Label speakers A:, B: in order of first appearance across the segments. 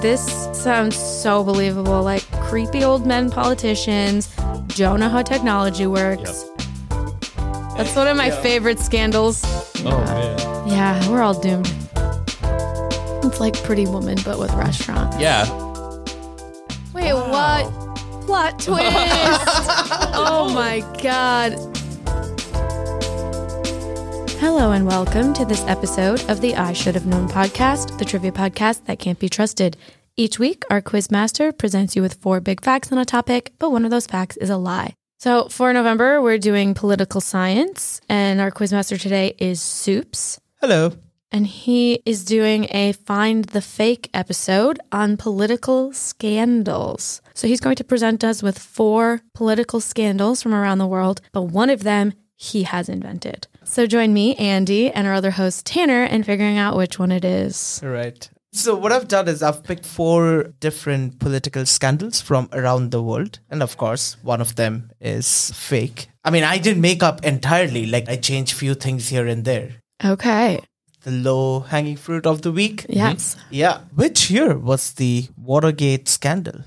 A: This sounds so believable. Like creepy old men politicians. Don't know how technology works. That's one of my favorite scandals.
B: Oh man.
A: Yeah, we're all doomed. It's like Pretty Woman, but with restaurants.
B: Yeah.
A: Wait, what? Plot twist! oh my god. Hello and welcome to this episode of the I Should Have Known podcast, the trivia podcast that can't be trusted. Each week, our quiz master presents you with four big facts on a topic, but one of those facts is a lie. So for November, we're doing political science, and our quiz master today is Soups
B: Hello.
A: and he is doing a Find the Fake episode on political scandals. So he's going to present us with four political scandals from around the world, but one of them he has invented. So join me, Andy, and our other host, Tanner, in figuring out which one it is.
C: All right. So what I've done is I've picked four different political scandals from around the world, and of course, one of them is fake. I mean, I didn't make up entirely; like I changed few things here and there.
A: Okay.
C: The low-hanging fruit of the week.
A: Yes.
C: Yeah. Which year was the Watergate scandal?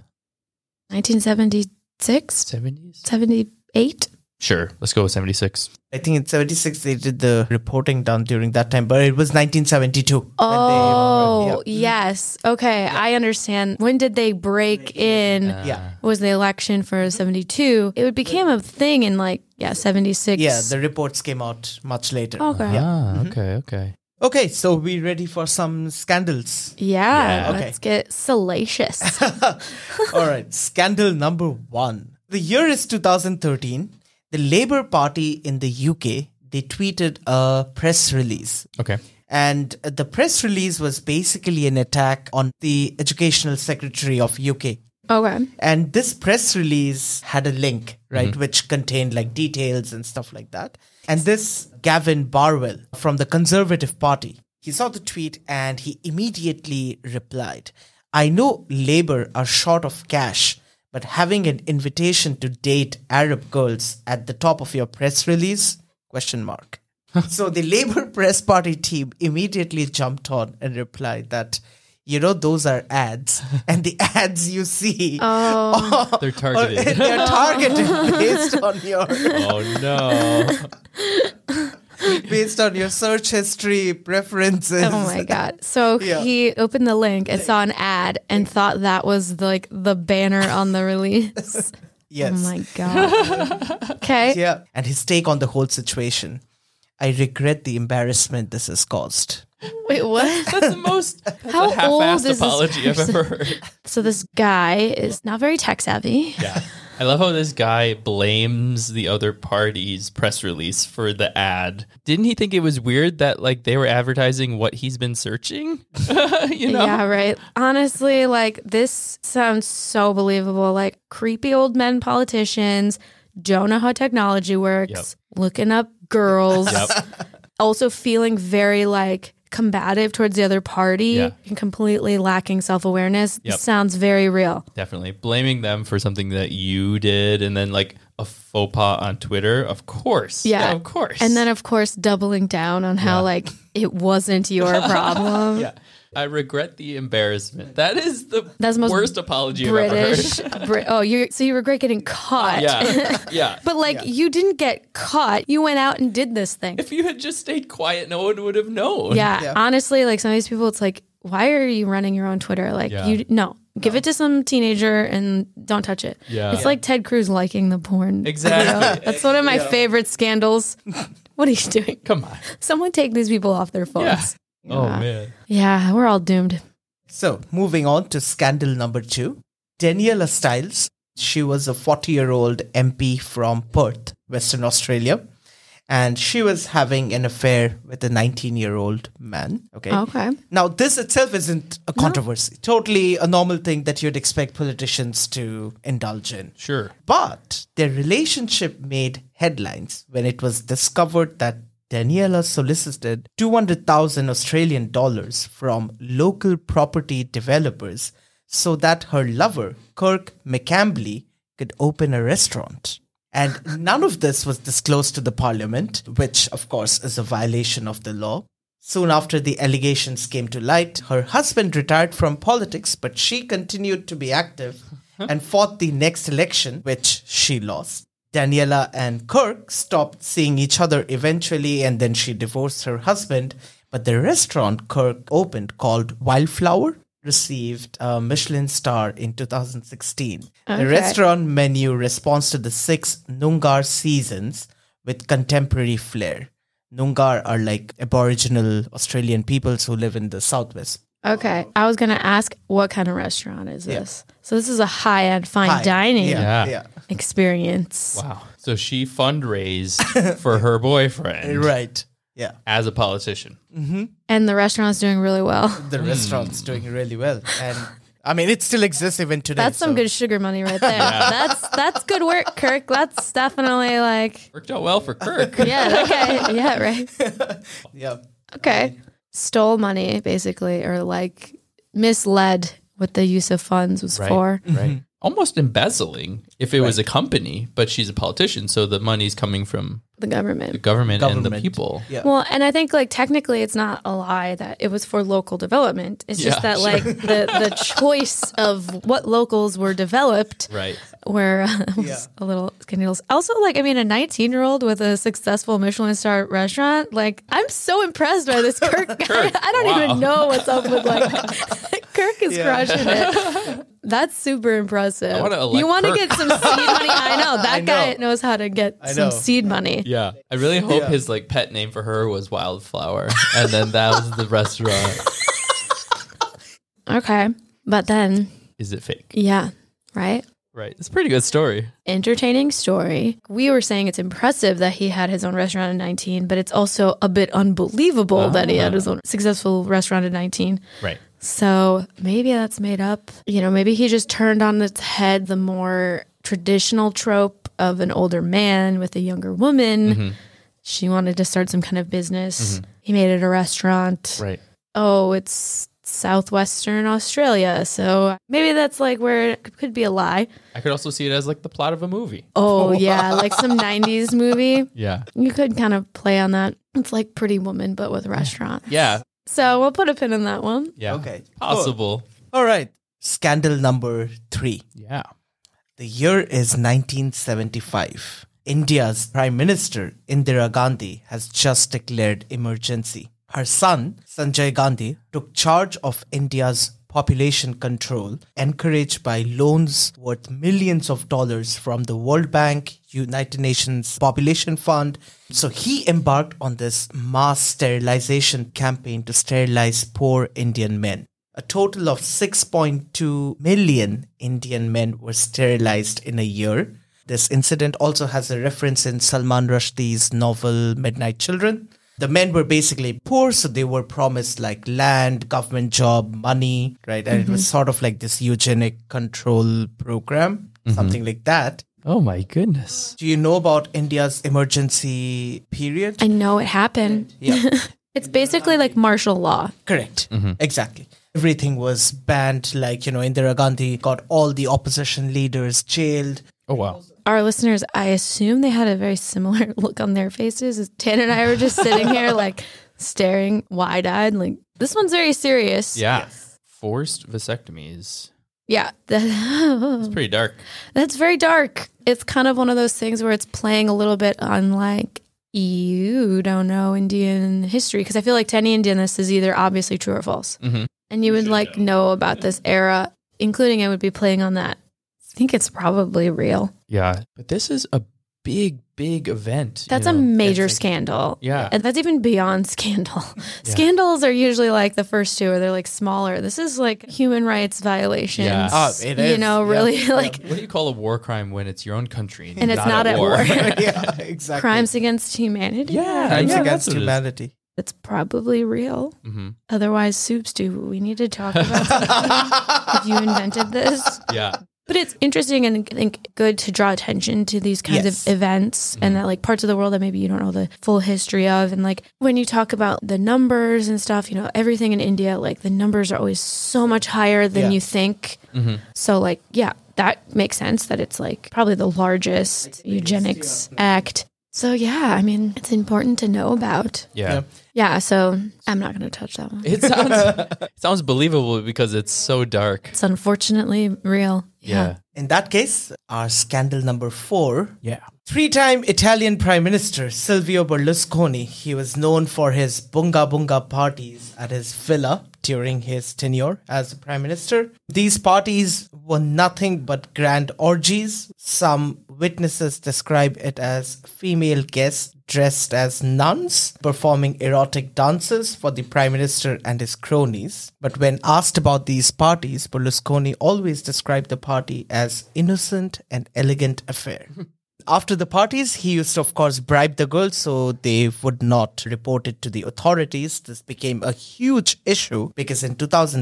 A: 1976,
B: 70s?
A: 78.
B: Sure. Let's go with 76.
C: I think in '76 they did the reporting done during that time, but it was 1972. when they-
A: Oh,
C: yeah.
A: yes. Okay. I understand. When did they break in?
C: Yeah.
A: was the election for 72 it would became a thing in like yeah 76
C: Yeah, the reports came out much later.
A: okay yeah, Mm-hmm.
B: Ah, okay, okay.
C: Okay, so we ready for some scandals?
B: Yeah.
C: Okay.
A: let's get salacious
C: All right, scandal number one. The year is 2013. The Labour Party in the UK they tweeted a press release,
B: Okay.
C: and the press release was basically an attack on the Educational Secretary of UK.
A: okay
C: And this press release had a link, right, which contained like details and stuff like that. And this Gavin Barwell from the Conservative Party, he saw the tweet and he immediately replied, I know Labour are short of cash, but having an invitation to date Arab girls at the top of your press release? Question mark. so the Labour Press Party team immediately jumped on and replied that you know those are ads and the ads you see
A: Oh,
B: They're
C: or-
B: targeted.
C: they're targeted based on your
B: oh no.
C: based on your search history preferences.
A: oh my god so
C: Yeah.
A: he opened the link and saw an ad and thought that was like the banner on the release
C: Yes.
A: oh my god okay
C: yeah. And his take on the whole situation. I regret the embarrassment this has caused.
A: wait what
B: That's the most
A: how old
B: half-assed
A: is
B: apology
A: this
B: I've
A: person?
B: ever heard.
A: so this guy is not very tech savvy
B: Yeah. I love how this guy blames the other party's press release for the ad. Didn't he think it was weird that like they were advertising what he's been searching? you know?
A: Yeah, right. Honestly, like this sounds so believable. Like creepy old men politicians don't know how technology works,
B: Yep.
A: looking up girls,
B: Yep.
A: also feeling very like combative towards the other party
B: Yeah.
A: and completely lacking self awareness.
B: Yep.
A: Sounds very real.
B: Definitely. Blaming them for something that you did and then like a faux pas on Twitter. Of course.
A: Yeah.
B: of course.
A: And then, of course, doubling down on how like it wasn't your problem.
B: yeah. I regret the embarrassment. That is the
A: That's the most
B: worst apology
A: British. Brit- oh, you so you regret getting caught.
B: I've ever heard. Yeah. Yeah.
A: But like you didn't get caught. You went out and did this thing.
B: if you had just stayed quiet, no one would have known.
A: Yeah,
C: Yeah.
A: Honestly, like some of these people, it's like, why are you running your own Twitter? Like
B: Yeah.
A: you no. Give it to some teenager and don't touch it.
B: Yeah.
A: It's like Ted Cruz liking the porn.
B: Exactly.
A: That's one of my favorite scandals. what are you doing?
B: Come on.
A: Someone take these people off their
B: Yeah.
A: phones.
B: Oh man.
A: Yeah, we're all doomed.
C: So, moving on to scandal number two Daniela Stiles. She was a 40 year old MP from Perth, Western Australia. And she was having an affair with a 19 year old man. Okay.
A: Okay.
C: Now, this itself isn't a controversy, totally a normal thing that you'd expect politicians to indulge in.
B: Sure.
C: But their relationship made headlines when it was discovered that Daniela solicited 200,000 Australian dollars from local property developers so that her lover, Kirk McCambly, could open a restaurant. And none of this was disclosed to the parliament, which, of course, is a violation of the law. Soon after the allegations came to light, her husband retired from politics, but she continued to be active and fought the next election, which she lost. Daniela and Kirk stopped seeing each other eventually, and then she divorced her husband. But the restaurant Kirk opened, called Wildflower, received a Michelin star in 2016.
A: Okay.
C: The restaurant menu responds to the six Noongar seasons with contemporary flair. Noongar are like Aboriginal Australian peoples who live in the southwest.
A: Okay. I was going to ask what kind of restaurant is
C: Yeah.
A: this? So this is a high-end fine
C: Hi.
A: dining
B: Yeah.
C: Yeah. yeah.
A: experience.
B: Wow. So she fundraised for her boyfriend
C: Right. Yeah.
B: as a politician.
A: And the restaurant's doing really well.
C: The restaurant's doing really well. And I mean, it still exists even today.
A: That's some
C: so-
A: good sugar money right there. That's that's good work, Kirk. That's definitely like
B: Worked out well for Kirk.
A: yeah, okay, yeah, right.
C: Yeah.
A: Okay. Stole money, basically, or like misled what the use of funds was for.
B: Right. Almost embezzling if it was a company, but she's a politician, so the money's coming from
A: The government.
B: the government, and the
C: Government.
B: people.
C: Yeah.
A: Well, and I think like technically it's not a lie that it was for local development. It's just
B: Yeah,
A: that like the the choice of what locals were developed
B: Right.
A: were uh, was
C: Yeah.
A: a little scandalous. Also, like I mean, a 19 year old with a successful Michelin star restaurant. Like I'm so impressed by this Kirk. guy. I don't
B: wow.
A: even know what's up with like Kirk is
C: Yeah.
A: crushing it. That's super impressive.
B: wanna elect
A: you want to
B: Kirk.
A: get some seed money? I know that
C: I
A: guy
C: know.
A: knows how to get some
C: know.
A: seed money.
B: Yeah. I really hope
C: Yeah.
B: his like pet name for her was Wildflower. and then that was the restaurant.
A: Okay, but then
B: Is it fake?
A: Yeah, right?
B: Right. It's a pretty good story.
A: Entertaining story. We were saying it's impressive that he had his own restaurant at 19, but it's also a bit unbelievable that he had his own successful restaurant at 19.
B: Uh-huh. Right.
A: So maybe that's made up. You know, maybe he just turned on its head the more traditional trope of an older man with a younger woman.
B: Mm-hmm.
A: She wanted to start some kind of business. He made it a restaurant
B: Right.
A: oh, it's southwestern Australia. So maybe that's like where it could be a lie.
B: I could also see it as like the plot of a movie.
A: Oh, yeah, like some 90s movie.
B: Yeah.
A: You could kind of play on that. It's like Pretty Woman, but with restaurants.
B: Yeah.
A: So we'll put a pin in that one.
B: Yeah.
C: Okay.
B: Possible.
C: All right. Scandal number three.
B: Yeah.
C: The year is 1975. India's Prime Minister Indira Gandhi has just declared emergency. Her son, Sanjay Gandhi, took charge of India's population control, encouraged by loans worth millions of dollars from the World Bank, United Nations Population Fund. So he embarked on this mass sterilization campaign to sterilize poor Indian men. A total of 6.2 million Indian men were sterilized in a year. This incident also has a reference in Salman Rushdie's novel Midnight Children. The men were basically poor, so they were promised like land, government job, money, right? And it was sort of like this eugenic control program, something like that.
B: Oh my goodness.
C: Do you know about India's emergency period?
A: I know it happened.
C: yeah.
A: It's basically like martial law.
C: Correct.
A: Mm-hmm.
C: Exactly. Everything was banned. Like, you know, Indira Gandhi got all the opposition leaders jailed.
B: Oh wow.
A: Our listeners, I assume they had a very similar look on their faces. Tan and I were just sitting here, like staring wide eyed, like, this one's very serious.
B: Yeah. Forced vasectomies.
A: Yeah.
B: It's pretty dark.
A: That's very dark. It's kind of one of those things where it's playing a little bit on like you don't know Indian history because I feel like to any Indian this is either obviously true or false,
C: Mm-hmm.
B: Mhm.
A: and you would like know. about this era, including I would be playing on that. I think it's probably real.
B: Yeah. But this is a big, big event.
A: That's
B: you
A: a
B: know?
A: major
C: it's like-
A: scandal.
B: Yeah.
A: And that's even beyond scandal. Scandals are usually like the first two, or they're like smaller. This is like human rights violations.
B: Yeah.
C: Oh, it
A: You
C: is.
A: know,
C: Yeah.
A: really like
B: What do you call a war crime when it's your own country
A: And it's not at war.
C: yeah, exactly.
A: crimes against humanity.
B: Yeah.
C: Crimes
B: Yeah, that's
C: against
B: what it is.
C: humanity.
A: That's probably real.
B: Mhm.
A: Otherwise, soups do. We need to talk about something if you invented this.
B: Yeah.
A: But it's interesting and I think good to draw attention to these kinds
C: Yes. Mm-hmm.
A: of events and that like parts of the world that maybe you don't know the full history of. And like when you talk about the numbers and stuff, you know, everything in India, like the numbers are always so much higher than
C: Yeah. Mm-hmm.
A: you think. So, like, yeah, that makes sense that it's like probably the largest eugenics act So, yeah, I mean, it's important to know about.
B: Yeah.
A: Yeah, so I'm not going to touch that one.
B: It sounds it sounds believable because it's so dark.
A: It's unfortunately real.
B: Yeah.
C: In that case, our scandal number four
B: Yeah.
C: Three time Italian Prime Minister Silvio Berlusconi, he was known for his bunga bunga parties at his villa during his tenure as Prime Minister. These parties were nothing but grand orgies. Some witnesses describe it as female guests dressed as nuns performing erotic dances for the Prime Minister and his cronies. But when asked about these parties, Berlusconi always described the party as innocent and elegant affair. After the parties, he used to, of course, bribe the girls so they would not report it to the authorities. This became a huge issue because in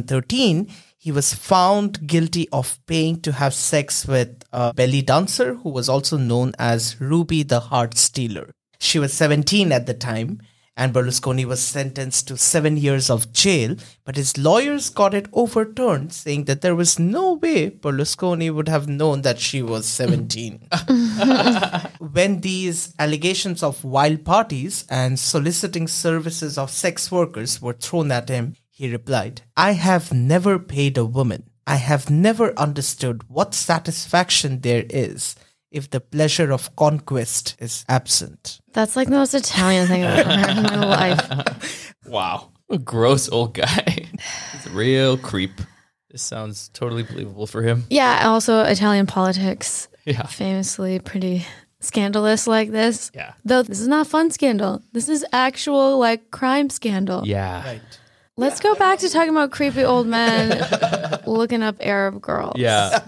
C: 2013, he was found guilty of paying to have sex with a belly dancer who was also known as Ruby the Heart Stealer. She was 17 at the time, and Berlusconi was sentenced to seven years of jail, but his lawyers got it overturned, saying that there was no way Berlusconi would have known that she was 17 when these allegations of wild parties and soliciting services of sex workers were thrown at him, he replied, I have never paid a woman. I have never understood what satisfaction there is if the pleasure of conquest is absent.
A: That's like the most Italian thing I've ever heard in my life.
B: Wow. A gross old guy. He's a real creep. This sounds totally believable for him.
A: Yeah, also Italian politics,
B: Yeah.
A: famously pretty scandalous like this.
B: Yeah.
A: Though this is not fun scandal. This is actual like crime scandal.
B: Yeah.
A: Let's go back to talking about creepy old men looking up Arab girls.
B: Yeah.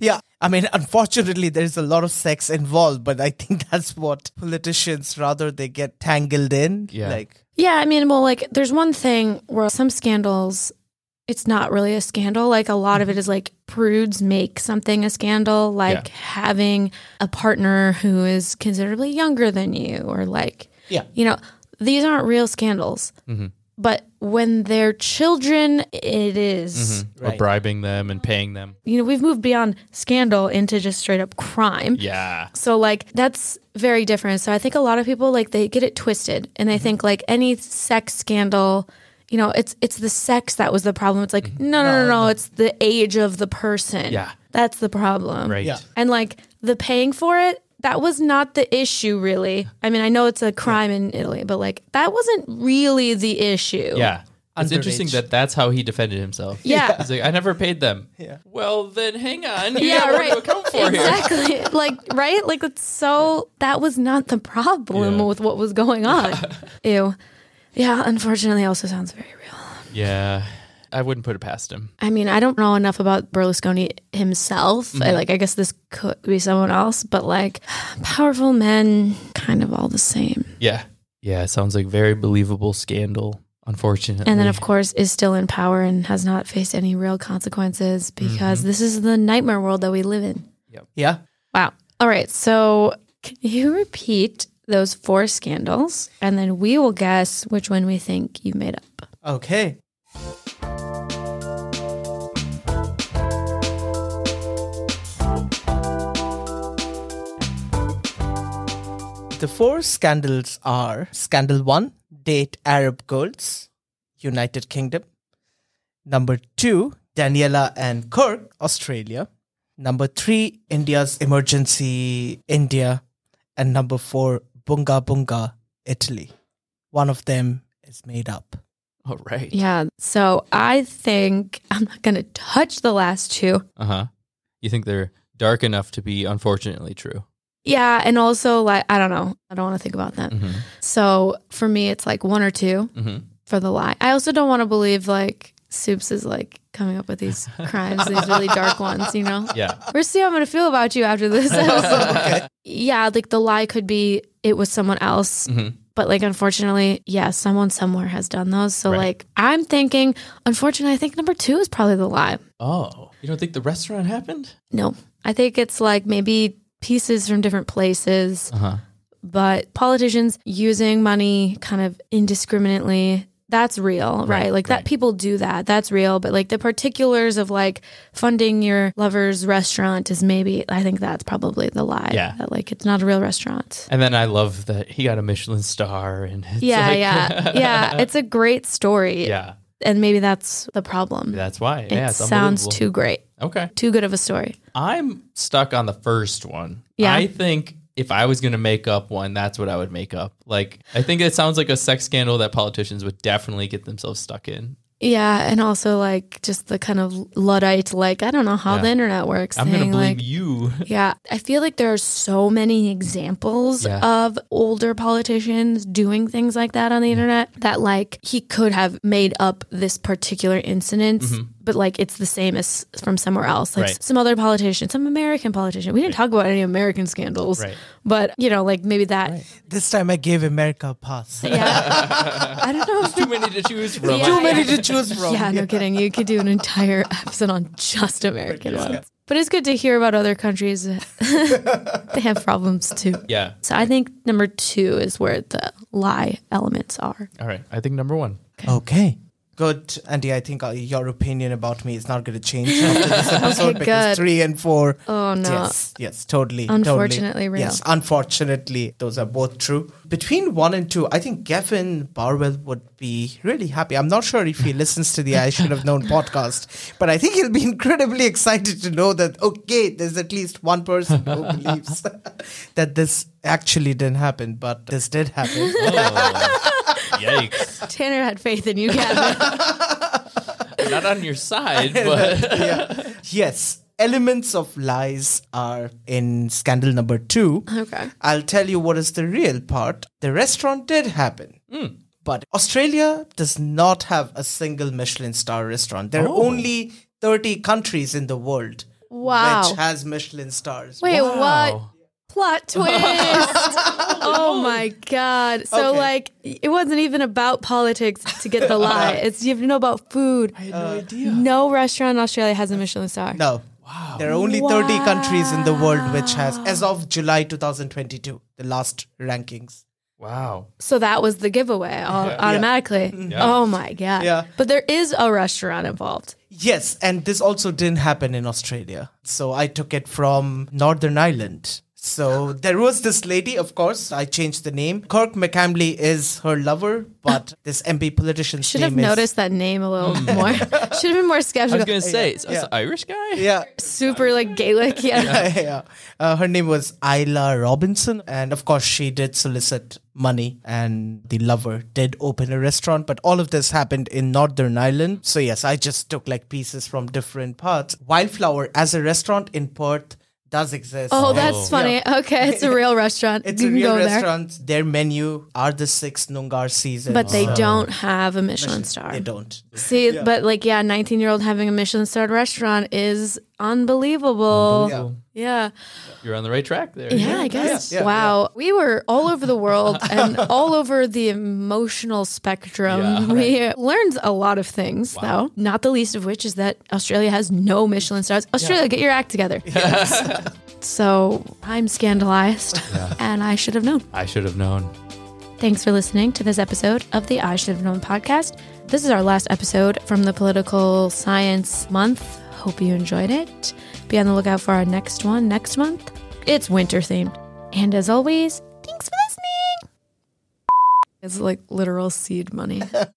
C: Yeah. I mean, unfortunately, there's a lot of sex involved, but I think that's what politicians rather they get tangled in.
B: Yeah.
C: Like,
A: Yeah, I mean, well, like there's one thing where some scandals it's not really a scandal. Like a lot of it is like prudes make something a scandal, like
B: Yeah.
A: having a partner who is considerably younger than you or like
C: yeah.
A: you know, these aren't real scandals. But when they're children, it is.
B: Or bribing them and paying them.
A: You know, we've moved beyond scandal into just straight up crime.
B: Yeah.
A: So, like, that's very different. So, I think a lot of people, like, they get it twisted and they think, like, any sex scandal. You know, it's it's the sex that was the problem. It's like no, no, no, no, It's the age of the person.
B: Yeah.
A: that's the problem.
B: Right.
C: Yeah.
A: And like the paying for it, that was not the issue, really. I mean, I know it's a crime in Italy, but like that wasn't really the issue.
B: Yeah. It's
C: Underage.
B: interesting that that's how he defended himself.
A: Yeah.
B: He's like, I never paid them.
C: Yeah.
B: Well, then hang on. You
A: Yeah,
B: got more to
A: right.
B: account for here.
A: Exactly. like, right? Like, it's so that was not the problem
B: Yeah.
A: with what was going on. Ew. Yeah, unfortunately, also sounds very real.
B: Yeah. I wouldn't put it past him.
A: I mean, I don't know enough about Berlusconi himself.
B: Mm-hmm.
A: I, like, I guess this could be someone else, but like, powerful men, kind of all the same.
B: Yeah. Yeah. It sounds like very believable scandal, unfortunately.
A: And then, of course, is still in power and has not faced any real consequences because
B: Mm-hmm.
A: this is the nightmare world that we live in.
C: Yeah.
A: Wow. All right. So, can you repeat those four scandals? And then we will guess which one we think you made up.
C: Okay. The four scandals are Scandal 1, Date Arab Girls, United Kingdom. Number 2, Daniela and Kirk, Australia. Number 3, India's Emergency India. And number 4, Bunga Bunga, Italy. One of them is made up.
B: All right.
A: Yeah. So, I think I'm not going to touch the last two.
B: Uh huh. You think they're dark enough to be unfortunately true?
A: Yeah. And also, like, I don't know. I don't want to think about that.
B: Mm-hmm.
A: So, for me, it's like one or two.
B: Mm-hmm.
A: for the lie. I also don't want to believe like Soups is like coming up with these crimes, these really dark ones, you know?
B: Yeah.
A: We'll see how I'm going to feel about you after this episode. yeah, like the lie could be it was someone else.
B: Mhm.
A: But like, unfortunately, yeah, someone somewhere has done those. So
B: Right.
A: like, I'm thinking, unfortunately, I think number two is probably the lie.
B: Oh, you don't think the restaurant happened?
A: No, I think it's like maybe pieces from different places,
B: Uh huh.
A: but politicians using money kind of indiscriminately. that's real, right?
B: Right,
A: Like
B: right.
A: that people do that. That's real, but like the particulars of like funding your lover's restaurant is maybe I think that's probably the lie.
B: Yeah.
A: That like it's not a real restaurant.
B: And then I love that he got a Michelin star and it's
A: yeah,
B: like-
A: yeah. yeah, it's a great story.
B: yeah.
A: And maybe that's the problem.
B: That's why.
A: it
B: yeah, it's
A: sounds
B: unbelievable.
A: too great.
B: Okay.
A: Too good of a story.
B: I'm stuck on the first one.
A: Yeah.
B: I think if I was going to make up one, that's what I would make up. Like, I think it sounds like a sex scandal that politicians would definitely get themselves stuck in.
A: Yeah, and also like just the kind of luddite, like I don't know how
B: Yeah.
A: the internet works.
B: I'm going
A: thing,
B: to blame
A: like,
B: you.
A: Yeah, I feel like there are so many examples
B: Yeah.
A: of older politicians doing things like that
B: Mm-hmm.
A: on the internet that, like, he could have made up this particular incident, but like it's the same as from somewhere else. Like
B: Mm-hmm. Right.
A: some other politician, some American politician. We didn't talk about any American scandals,
B: Right.
A: but you know, like maybe that.
C: This time I gave America a pass.
A: Yeah, I don't know. If
B: Too many to choose from.
A: Yeah.
C: Too many to choose from.
A: Yeah, no kidding. You could do an entire episode on just American ones. But it's good to hear about other countries. they have problems too.
B: Yeah.
A: So I think number two is where the lie elements are.
B: All right. I think number one.
C: Okay. Good, Andy. I think uh, your opinion about me is not going to change after this episode
A: good.
C: because three and four.
A: Oh no.
C: Yes, yes, totally.
A: Unfortunately
C: totally.
A: real.
C: Yes, unfortunately, those are both true. Between one and two, I think Gavin Barwell would be really happy. I'm not sure if he listens to the I Should Have Known podcast, but I think he'll be incredibly excited to know that, okay, there's at least one person who believes that this actually didn't happen, but this did happen.
B: Oh, yikes.
A: Tanner had faith in you, Gavin.
B: Not on your side, but
C: yeah. Yes. Elements of lies are in scandal number two.
A: Okay.
C: I'll tell you what is the real part. The restaurant did happen. But Australia does not have a single Michelin star restaurant. There are only 30 countries in the world
A: Wow.
C: which has Michelin stars.
A: Wait, what?
B: Wow.
A: Plot twist. oh my god. So
C: Okay.
A: like it wasn't even about politics to get the lie. It's you have to know about food.
B: I had no idea.
A: No restaurant in Australia has a Michelin star.
C: No. Wow. There are only 30 countries in the world which has, as of July 2022, the last rankings.
B: Wow.
A: So that was the giveaway au- automatically. Oh my god.
C: Yeah.
A: But there is a restaurant involved.
C: Yes, and this also didn't happen in Australia. So I took it from Northern Ireland. So there was this lady, of course, I changed the name. Kirk McCamley is her lover, but this MP politician's
A: Should
C: name
A: have
C: is-
A: noticed that name a little more. Should have been more
B: I was
A: skeptical.
B: going to say, it's an Irish guy?
C: Yeah,
A: Super like Gaelic. Yeah.
C: yeah. Uh, her name was Isla Robinson, and of course, she did solicit money, and the lover did open a restaurant. But all of this happened in Northern Ireland. So yes, I just took like pieces from different parts. Wildflower as a restaurant in Perth does exist.
A: Oh, that's funny.
C: Yeah.
A: Okay, it's a real restaurant.
C: It's
A: you
C: a
A: can
C: real
A: go
C: restaurant. Their menu are the six Noongar seasons.
A: there. But they don't have a Michelin star.
C: They don't.
A: See, but like, yeah, 19 year old having a Michelin starred restaurant is unbelievable. Yeah.
B: You're on the right track there.
A: Yeah, I guess.
C: yeah, yeah.
A: wow. We were all over the world and all over the emotional spectrum.
B: Yeah.
A: we learned a lot of things, though. Not the least of which is that Australia has no Michelin stars. Australia, get your act together. so I'm scandalized and I should have known.
B: I should have known.
A: Thanks for listening to this episode of the I Should Have Known podcast. This is our last episode from the Political Science Month. Hope you enjoyed it. Be on the lookout for our next one next month. It's winter themed. And as always, thanks for listening. It's like literal seed money.